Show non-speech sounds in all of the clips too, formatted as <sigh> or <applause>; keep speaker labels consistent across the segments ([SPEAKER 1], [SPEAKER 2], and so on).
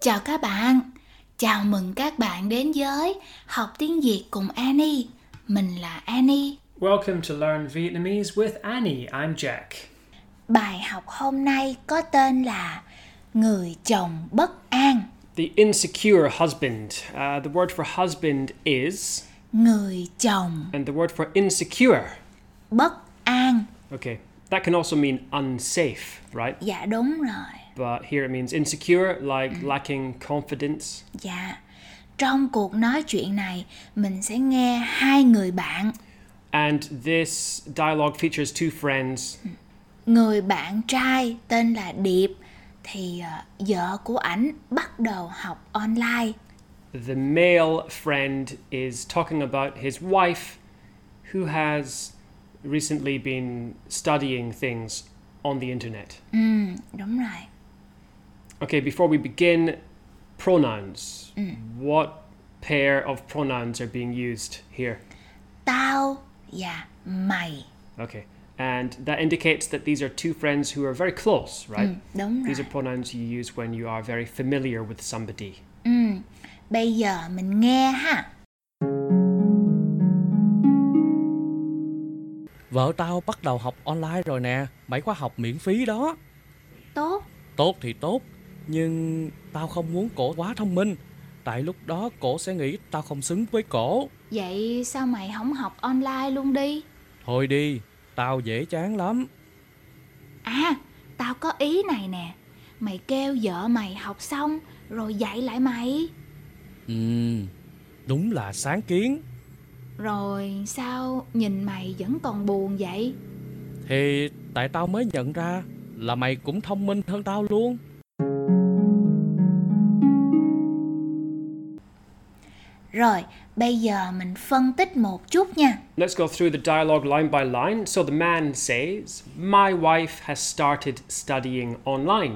[SPEAKER 1] Chào các bạn, chào mừng các bạn đến với học tiếng Việt cùng Annie. Mình là Annie.
[SPEAKER 2] Welcome to Learn Vietnamese with Annie. I'm Jack.
[SPEAKER 1] Bài học hôm nay có tên là Người chồng bất an.
[SPEAKER 2] The insecure husband. Uh, the word for husband is,
[SPEAKER 1] Người chồng
[SPEAKER 2] and the word for insecure.
[SPEAKER 1] bất an.
[SPEAKER 2] Okay, that can also mean unsafe, right?
[SPEAKER 1] Dạ đúng rồi.
[SPEAKER 2] But here it means insecure, like lacking confidence.
[SPEAKER 1] Dạ. Trong cuộc nói chuyện này, mình sẽ nghe hai người bạn.
[SPEAKER 2] And this dialogue features two friends.
[SPEAKER 1] Người bạn trai tên là Điệp thì ờ, vợ của ảnh bắt đầu học online.
[SPEAKER 2] The male friend is talking about his wife, who has recently been studying things on the internet.
[SPEAKER 1] Ừ, đúng rồi.
[SPEAKER 2] Okay, before we begin, pronouns. What pair of pronouns are being used here?
[SPEAKER 1] Tao và mày.
[SPEAKER 2] Okay, and that indicates that these are two friends who are very close, right?
[SPEAKER 1] Ừ, đúng rồi.
[SPEAKER 2] These are pronouns you use when you are very familiar with somebody.
[SPEAKER 1] Ừ. Bây giờ mình nghe ha.
[SPEAKER 3] Vợ tao bắt đầu học online rồi nè, bảy khóa học miễn phí đó.
[SPEAKER 1] Tốt.
[SPEAKER 3] Tốt thì tốt, nhưng tao không muốn cổ quá thông minh. Tại lúc đó cổ sẽ nghĩ tao không xứng với cổ.
[SPEAKER 1] Vậy sao mày không học online luôn đi?
[SPEAKER 3] Thôi đi, tao dễ chán lắm.
[SPEAKER 1] À, tao có ý này nè. Mày kêu vợ mày học xong rồi dạy lại mày.
[SPEAKER 3] Ừm, đúng là sáng kiến.
[SPEAKER 1] Rồi sao nhìn mày vẫn còn buồn vậy?
[SPEAKER 3] Thì tại tao mới nhận ra là mày cũng thông minh hơn tao luôn.
[SPEAKER 1] Rồi, bây giờ mình phân tích một chút nha.
[SPEAKER 2] Let's go through the dialogue line by line. So the man says, My wife has started studying online.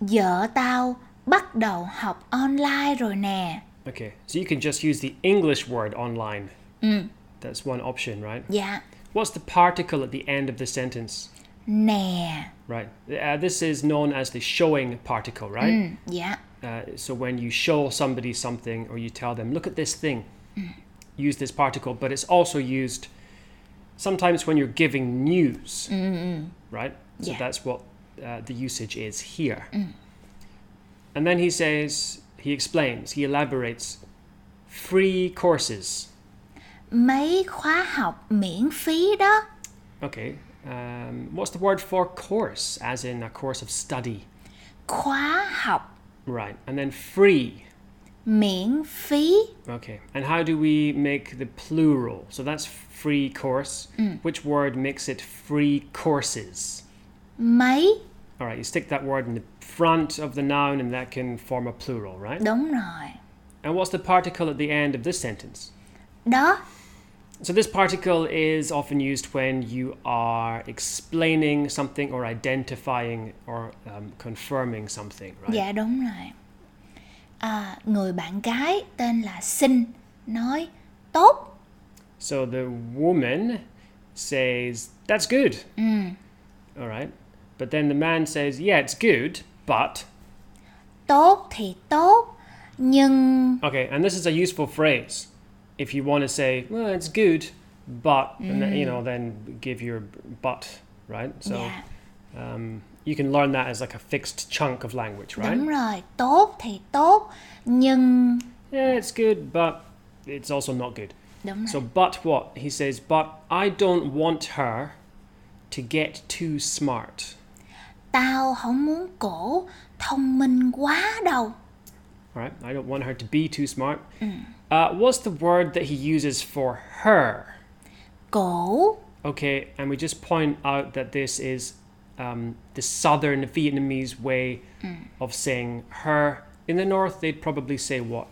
[SPEAKER 1] Vợ tao bắt đầu học online rồi nè.
[SPEAKER 2] Okay, so you can just use the English word online.
[SPEAKER 1] Ừ,
[SPEAKER 2] That's one option, right?
[SPEAKER 1] dạ.
[SPEAKER 2] What's the particle at the end of the sentence?
[SPEAKER 1] Nè.
[SPEAKER 2] Right. Uh, this is known as the showing particle,
[SPEAKER 1] Ừ,
[SPEAKER 2] right?
[SPEAKER 1] dạ.
[SPEAKER 2] Uh, so when you show somebody something or you tell them, look at this thing, use this particle, but it's also used sometimes when you're giving news, right? So
[SPEAKER 1] Yeah.
[SPEAKER 2] that's what uh, the usage is here. And then he says, he explains, he elaborates free courses.
[SPEAKER 1] Mấy khóa học miễn phí đó.
[SPEAKER 2] Okay. Um, what's the word for course, as in a course of study?
[SPEAKER 1] Khóa học
[SPEAKER 2] Right. And then free.
[SPEAKER 1] miễn phí
[SPEAKER 2] Okay. And how do we make the plural? So that's free course. Which word makes it free courses?
[SPEAKER 1] mấy
[SPEAKER 2] All right, you stick that word in the front of the noun and that can form a plural, right?
[SPEAKER 1] đúng rồi
[SPEAKER 2] And what's the particle at the end of this sentence?
[SPEAKER 1] đó
[SPEAKER 2] So this particle is often used when you are explaining something or identifying or um, confirming something, right?
[SPEAKER 1] dạ đúng rồi à, người bạn gái tên là sinh nói tốt
[SPEAKER 2] So the woman says, That's good. All right. But then the man says, Yeah, it's good, but.
[SPEAKER 1] tốt thì tốt nhưng
[SPEAKER 2] Okay, and this is a useful phrase. If you want to say, Well, it's good, but, and then, you know, then give your but, right? So
[SPEAKER 1] dạ
[SPEAKER 2] um, you can learn that as like a fixed chunk of language, right?
[SPEAKER 1] đúng rồi tốt thì tốt nhưng
[SPEAKER 2] Yeah, it's good, but it's also not good.
[SPEAKER 1] đúng
[SPEAKER 2] So,
[SPEAKER 1] rồi
[SPEAKER 2] but what? He says, But I don't want her to get too smart.
[SPEAKER 1] tao không muốn cổ thông minh quá đâu
[SPEAKER 2] All right. I don't want her to be too smart. Uh, what's the word that he uses for her?
[SPEAKER 1] cổ
[SPEAKER 2] Okay, and we just point out that this is um, the southern Vietnamese way of saying her. In the north, they'd probably say what?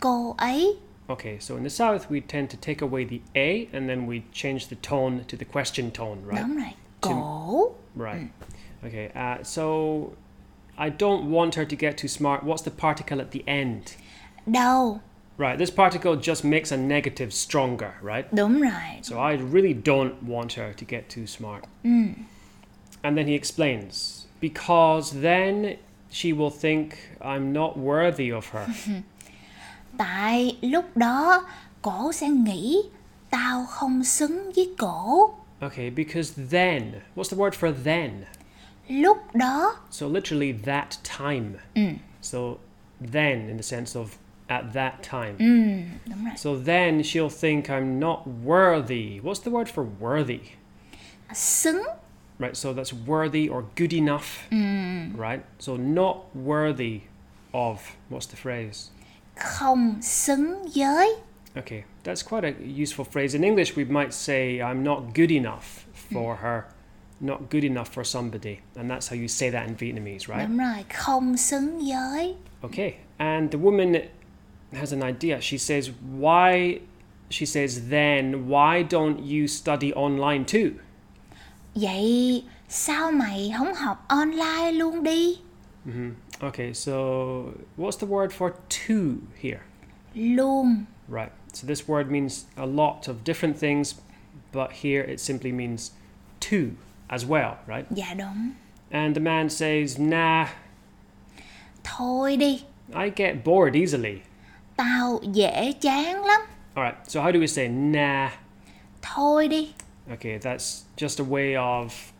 [SPEAKER 1] cô ấy
[SPEAKER 2] Okay, so in the south, we tend to take away the a and then we change the tone to the question tone, right?
[SPEAKER 1] đúng rồi cổ
[SPEAKER 2] Right. Okay, uh, so I don't want her to get too smart. What's the particle at the end?
[SPEAKER 1] đâu
[SPEAKER 2] Right, this particle just makes a negative stronger, right?
[SPEAKER 1] đúng rồi
[SPEAKER 2] So I really don't want her to get too smart. And then he explains because then she will think I'm not worthy of her.
[SPEAKER 1] tại lúc đó cổ sẽ nghĩ tao không xứng với cổ
[SPEAKER 2] okay, because then, what's the word for then?
[SPEAKER 1] lúc đó
[SPEAKER 2] So literally that time. So then, in the sense of at that time.
[SPEAKER 1] đúng rồi
[SPEAKER 2] So then she'll think I'm not worthy. What's the word for worthy?
[SPEAKER 1] xứng
[SPEAKER 2] Right, so that's worthy or good enough. Right? So not worthy of what's the phrase?
[SPEAKER 1] không xứng với
[SPEAKER 2] Okay, that's quite a useful phrase. In English, we might say, I'm not good enough for her, not good enough for somebody. And that's how you say that in Vietnamese, right?
[SPEAKER 1] đúng rồi không xứng với
[SPEAKER 2] Okay, and the woman has an idea. She says, Why? She says, Then why don't you study online too?
[SPEAKER 1] vậy sao mày không học online luôn đi
[SPEAKER 2] Okay, so what's the word for two here?
[SPEAKER 1] luôn
[SPEAKER 2] Right, so this word means a lot of different things, but here it simply means two as well, right?
[SPEAKER 1] dạ đúng
[SPEAKER 2] And the man says, Nah,
[SPEAKER 1] thôi đi
[SPEAKER 2] I get bored easily.
[SPEAKER 1] tao dễ chán lắm
[SPEAKER 2] All right, so how do we say nah?
[SPEAKER 1] thôi đi
[SPEAKER 2] Okay, that's just a way of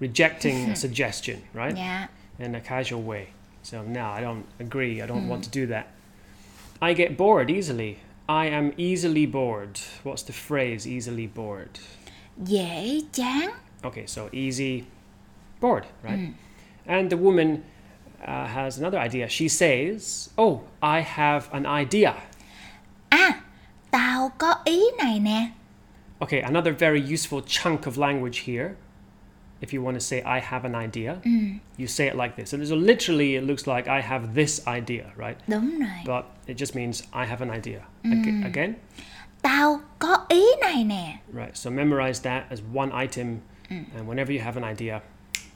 [SPEAKER 2] rejecting a suggestion, right?
[SPEAKER 1] dạ
[SPEAKER 2] In a casual way. So, nah, I don't agree. I don't want to do that. I get bored easily. I am easily bored. What's the phrase, easily bored?
[SPEAKER 1] dễ chán
[SPEAKER 2] Okay, so easy, bored, right? And the woman uh, has another idea. She says, Oh, I have an idea.
[SPEAKER 1] à tao có ý này nè
[SPEAKER 2] Okay, another very useful chunk of language here. If you want to say, I have an idea, you say it like this. And so literally, it looks like I have this idea, right?
[SPEAKER 1] đúng rồi
[SPEAKER 2] But it just means I have an idea. Ag- Again,
[SPEAKER 1] tao có ý này nè
[SPEAKER 2] right? So memorize that as one item. And whenever you have an idea,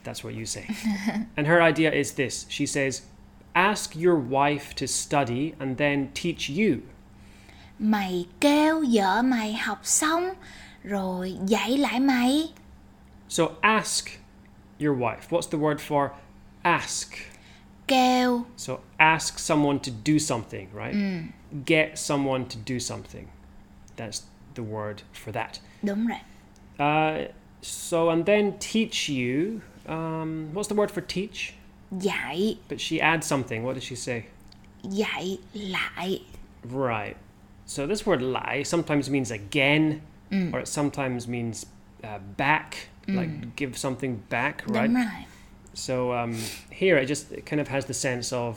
[SPEAKER 2] that's what you say. <laughs> and her idea is this she says, Ask your wife to study and then teach you.
[SPEAKER 1] mày kêu vợ mày học xong rồi dạy lại mày
[SPEAKER 2] So ask your wife. What's the word for ask?
[SPEAKER 1] kêu
[SPEAKER 2] So ask someone to do something, right? Get someone to do something. That's the word for that.
[SPEAKER 1] đúng rồi
[SPEAKER 2] Uh, so, and then teach you. Um, what's the word for teach?
[SPEAKER 1] dạy
[SPEAKER 2] But she adds something. What does she say?
[SPEAKER 1] dạy lại
[SPEAKER 2] Right. So, this word lie sometimes means again, or it sometimes means uh, back, like give something back, right?
[SPEAKER 1] đúng rồi
[SPEAKER 2] So um, here it just it kind of has the sense of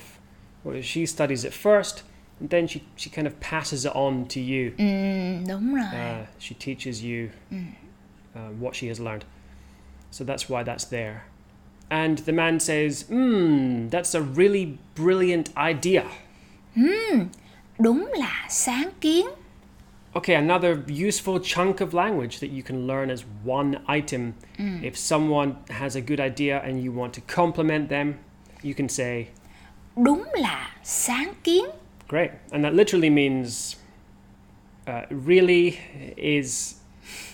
[SPEAKER 2] well, she studies it first, and then she, she kind of passes it on to you.
[SPEAKER 1] ừ, đúng rồi
[SPEAKER 2] Uh, she teaches you uh, what she has learned. So that's why that's there. And the man says, Hmm, that's a really brilliant idea.
[SPEAKER 1] đúng là sáng kiến
[SPEAKER 2] Okay, another useful chunk of language that you can learn as one item. If someone has a good idea and you want to compliment them, you can say,
[SPEAKER 1] đúng là sáng kiến
[SPEAKER 2] Great. And that literally means uh, really is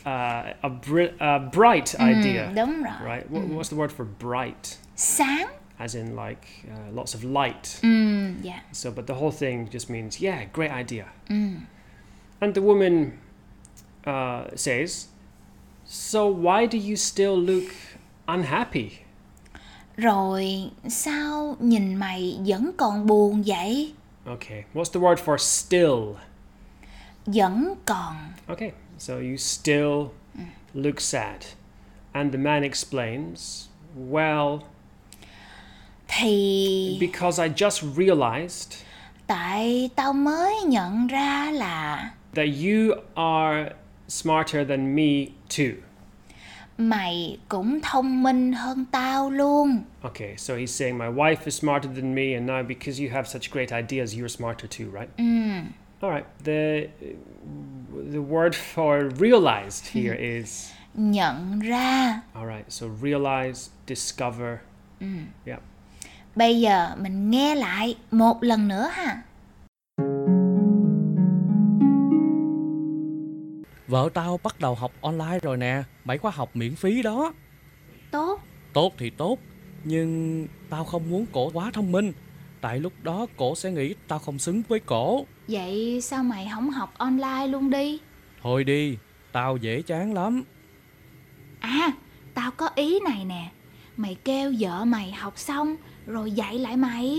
[SPEAKER 2] uh, a, bri- a bright idea.
[SPEAKER 1] đúng rồi
[SPEAKER 2] Right? What, What's the word for bright?
[SPEAKER 1] sáng
[SPEAKER 2] As in, like, uh, lots of light.
[SPEAKER 1] ừ, dạ
[SPEAKER 2] So, but the whole thing just means, yeah, great idea. And the woman uh, says, So, why do you still look unhappy?
[SPEAKER 1] rồi sao nhìn mày vẫn còn buồn vậy
[SPEAKER 2] Okay. What's the word for still?
[SPEAKER 1] vẫn còn
[SPEAKER 2] Okay, so you still look sad. And the man explains, Well,
[SPEAKER 1] thì
[SPEAKER 2] because I just realized
[SPEAKER 1] tại tao mới nhận ra là
[SPEAKER 2] that you are smarter than me too.
[SPEAKER 1] mày cũng thông minh hơn tao luôn
[SPEAKER 2] Okay, so he's saying, My wife is smarter than me, and now because you have such great ideas, you're smarter too, right? All right, the, the word for realized here is,
[SPEAKER 1] nhận ra
[SPEAKER 2] All right, so realize, discover. Yeah.
[SPEAKER 1] bây giờ mình nghe lại một lần nữa ha
[SPEAKER 3] Vợ tao bắt đầu học online rồi nè, mày khóa học miễn phí đó.
[SPEAKER 1] tốt
[SPEAKER 3] Tốt thì tốt, Nhưng tao không muốn cổ quá thông minh Tại lúc đó cổ sẽ nghĩ tao không xứng với cổ
[SPEAKER 1] Vậy sao mày không học online luôn đi?
[SPEAKER 3] Thôi đi, tao dễ chán lắm
[SPEAKER 1] À, tao có ý này nè. Mày kêu vợ mày học xong rồi dạy lại mày.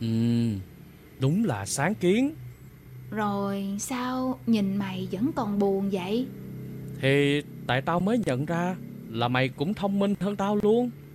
[SPEAKER 3] Ừ, đúng là sáng kiến
[SPEAKER 1] Rồi sao nhìn mày vẫn còn buồn vậy?
[SPEAKER 3] Thì tại tao mới nhận ra là mày cũng thông minh hơn tao luôn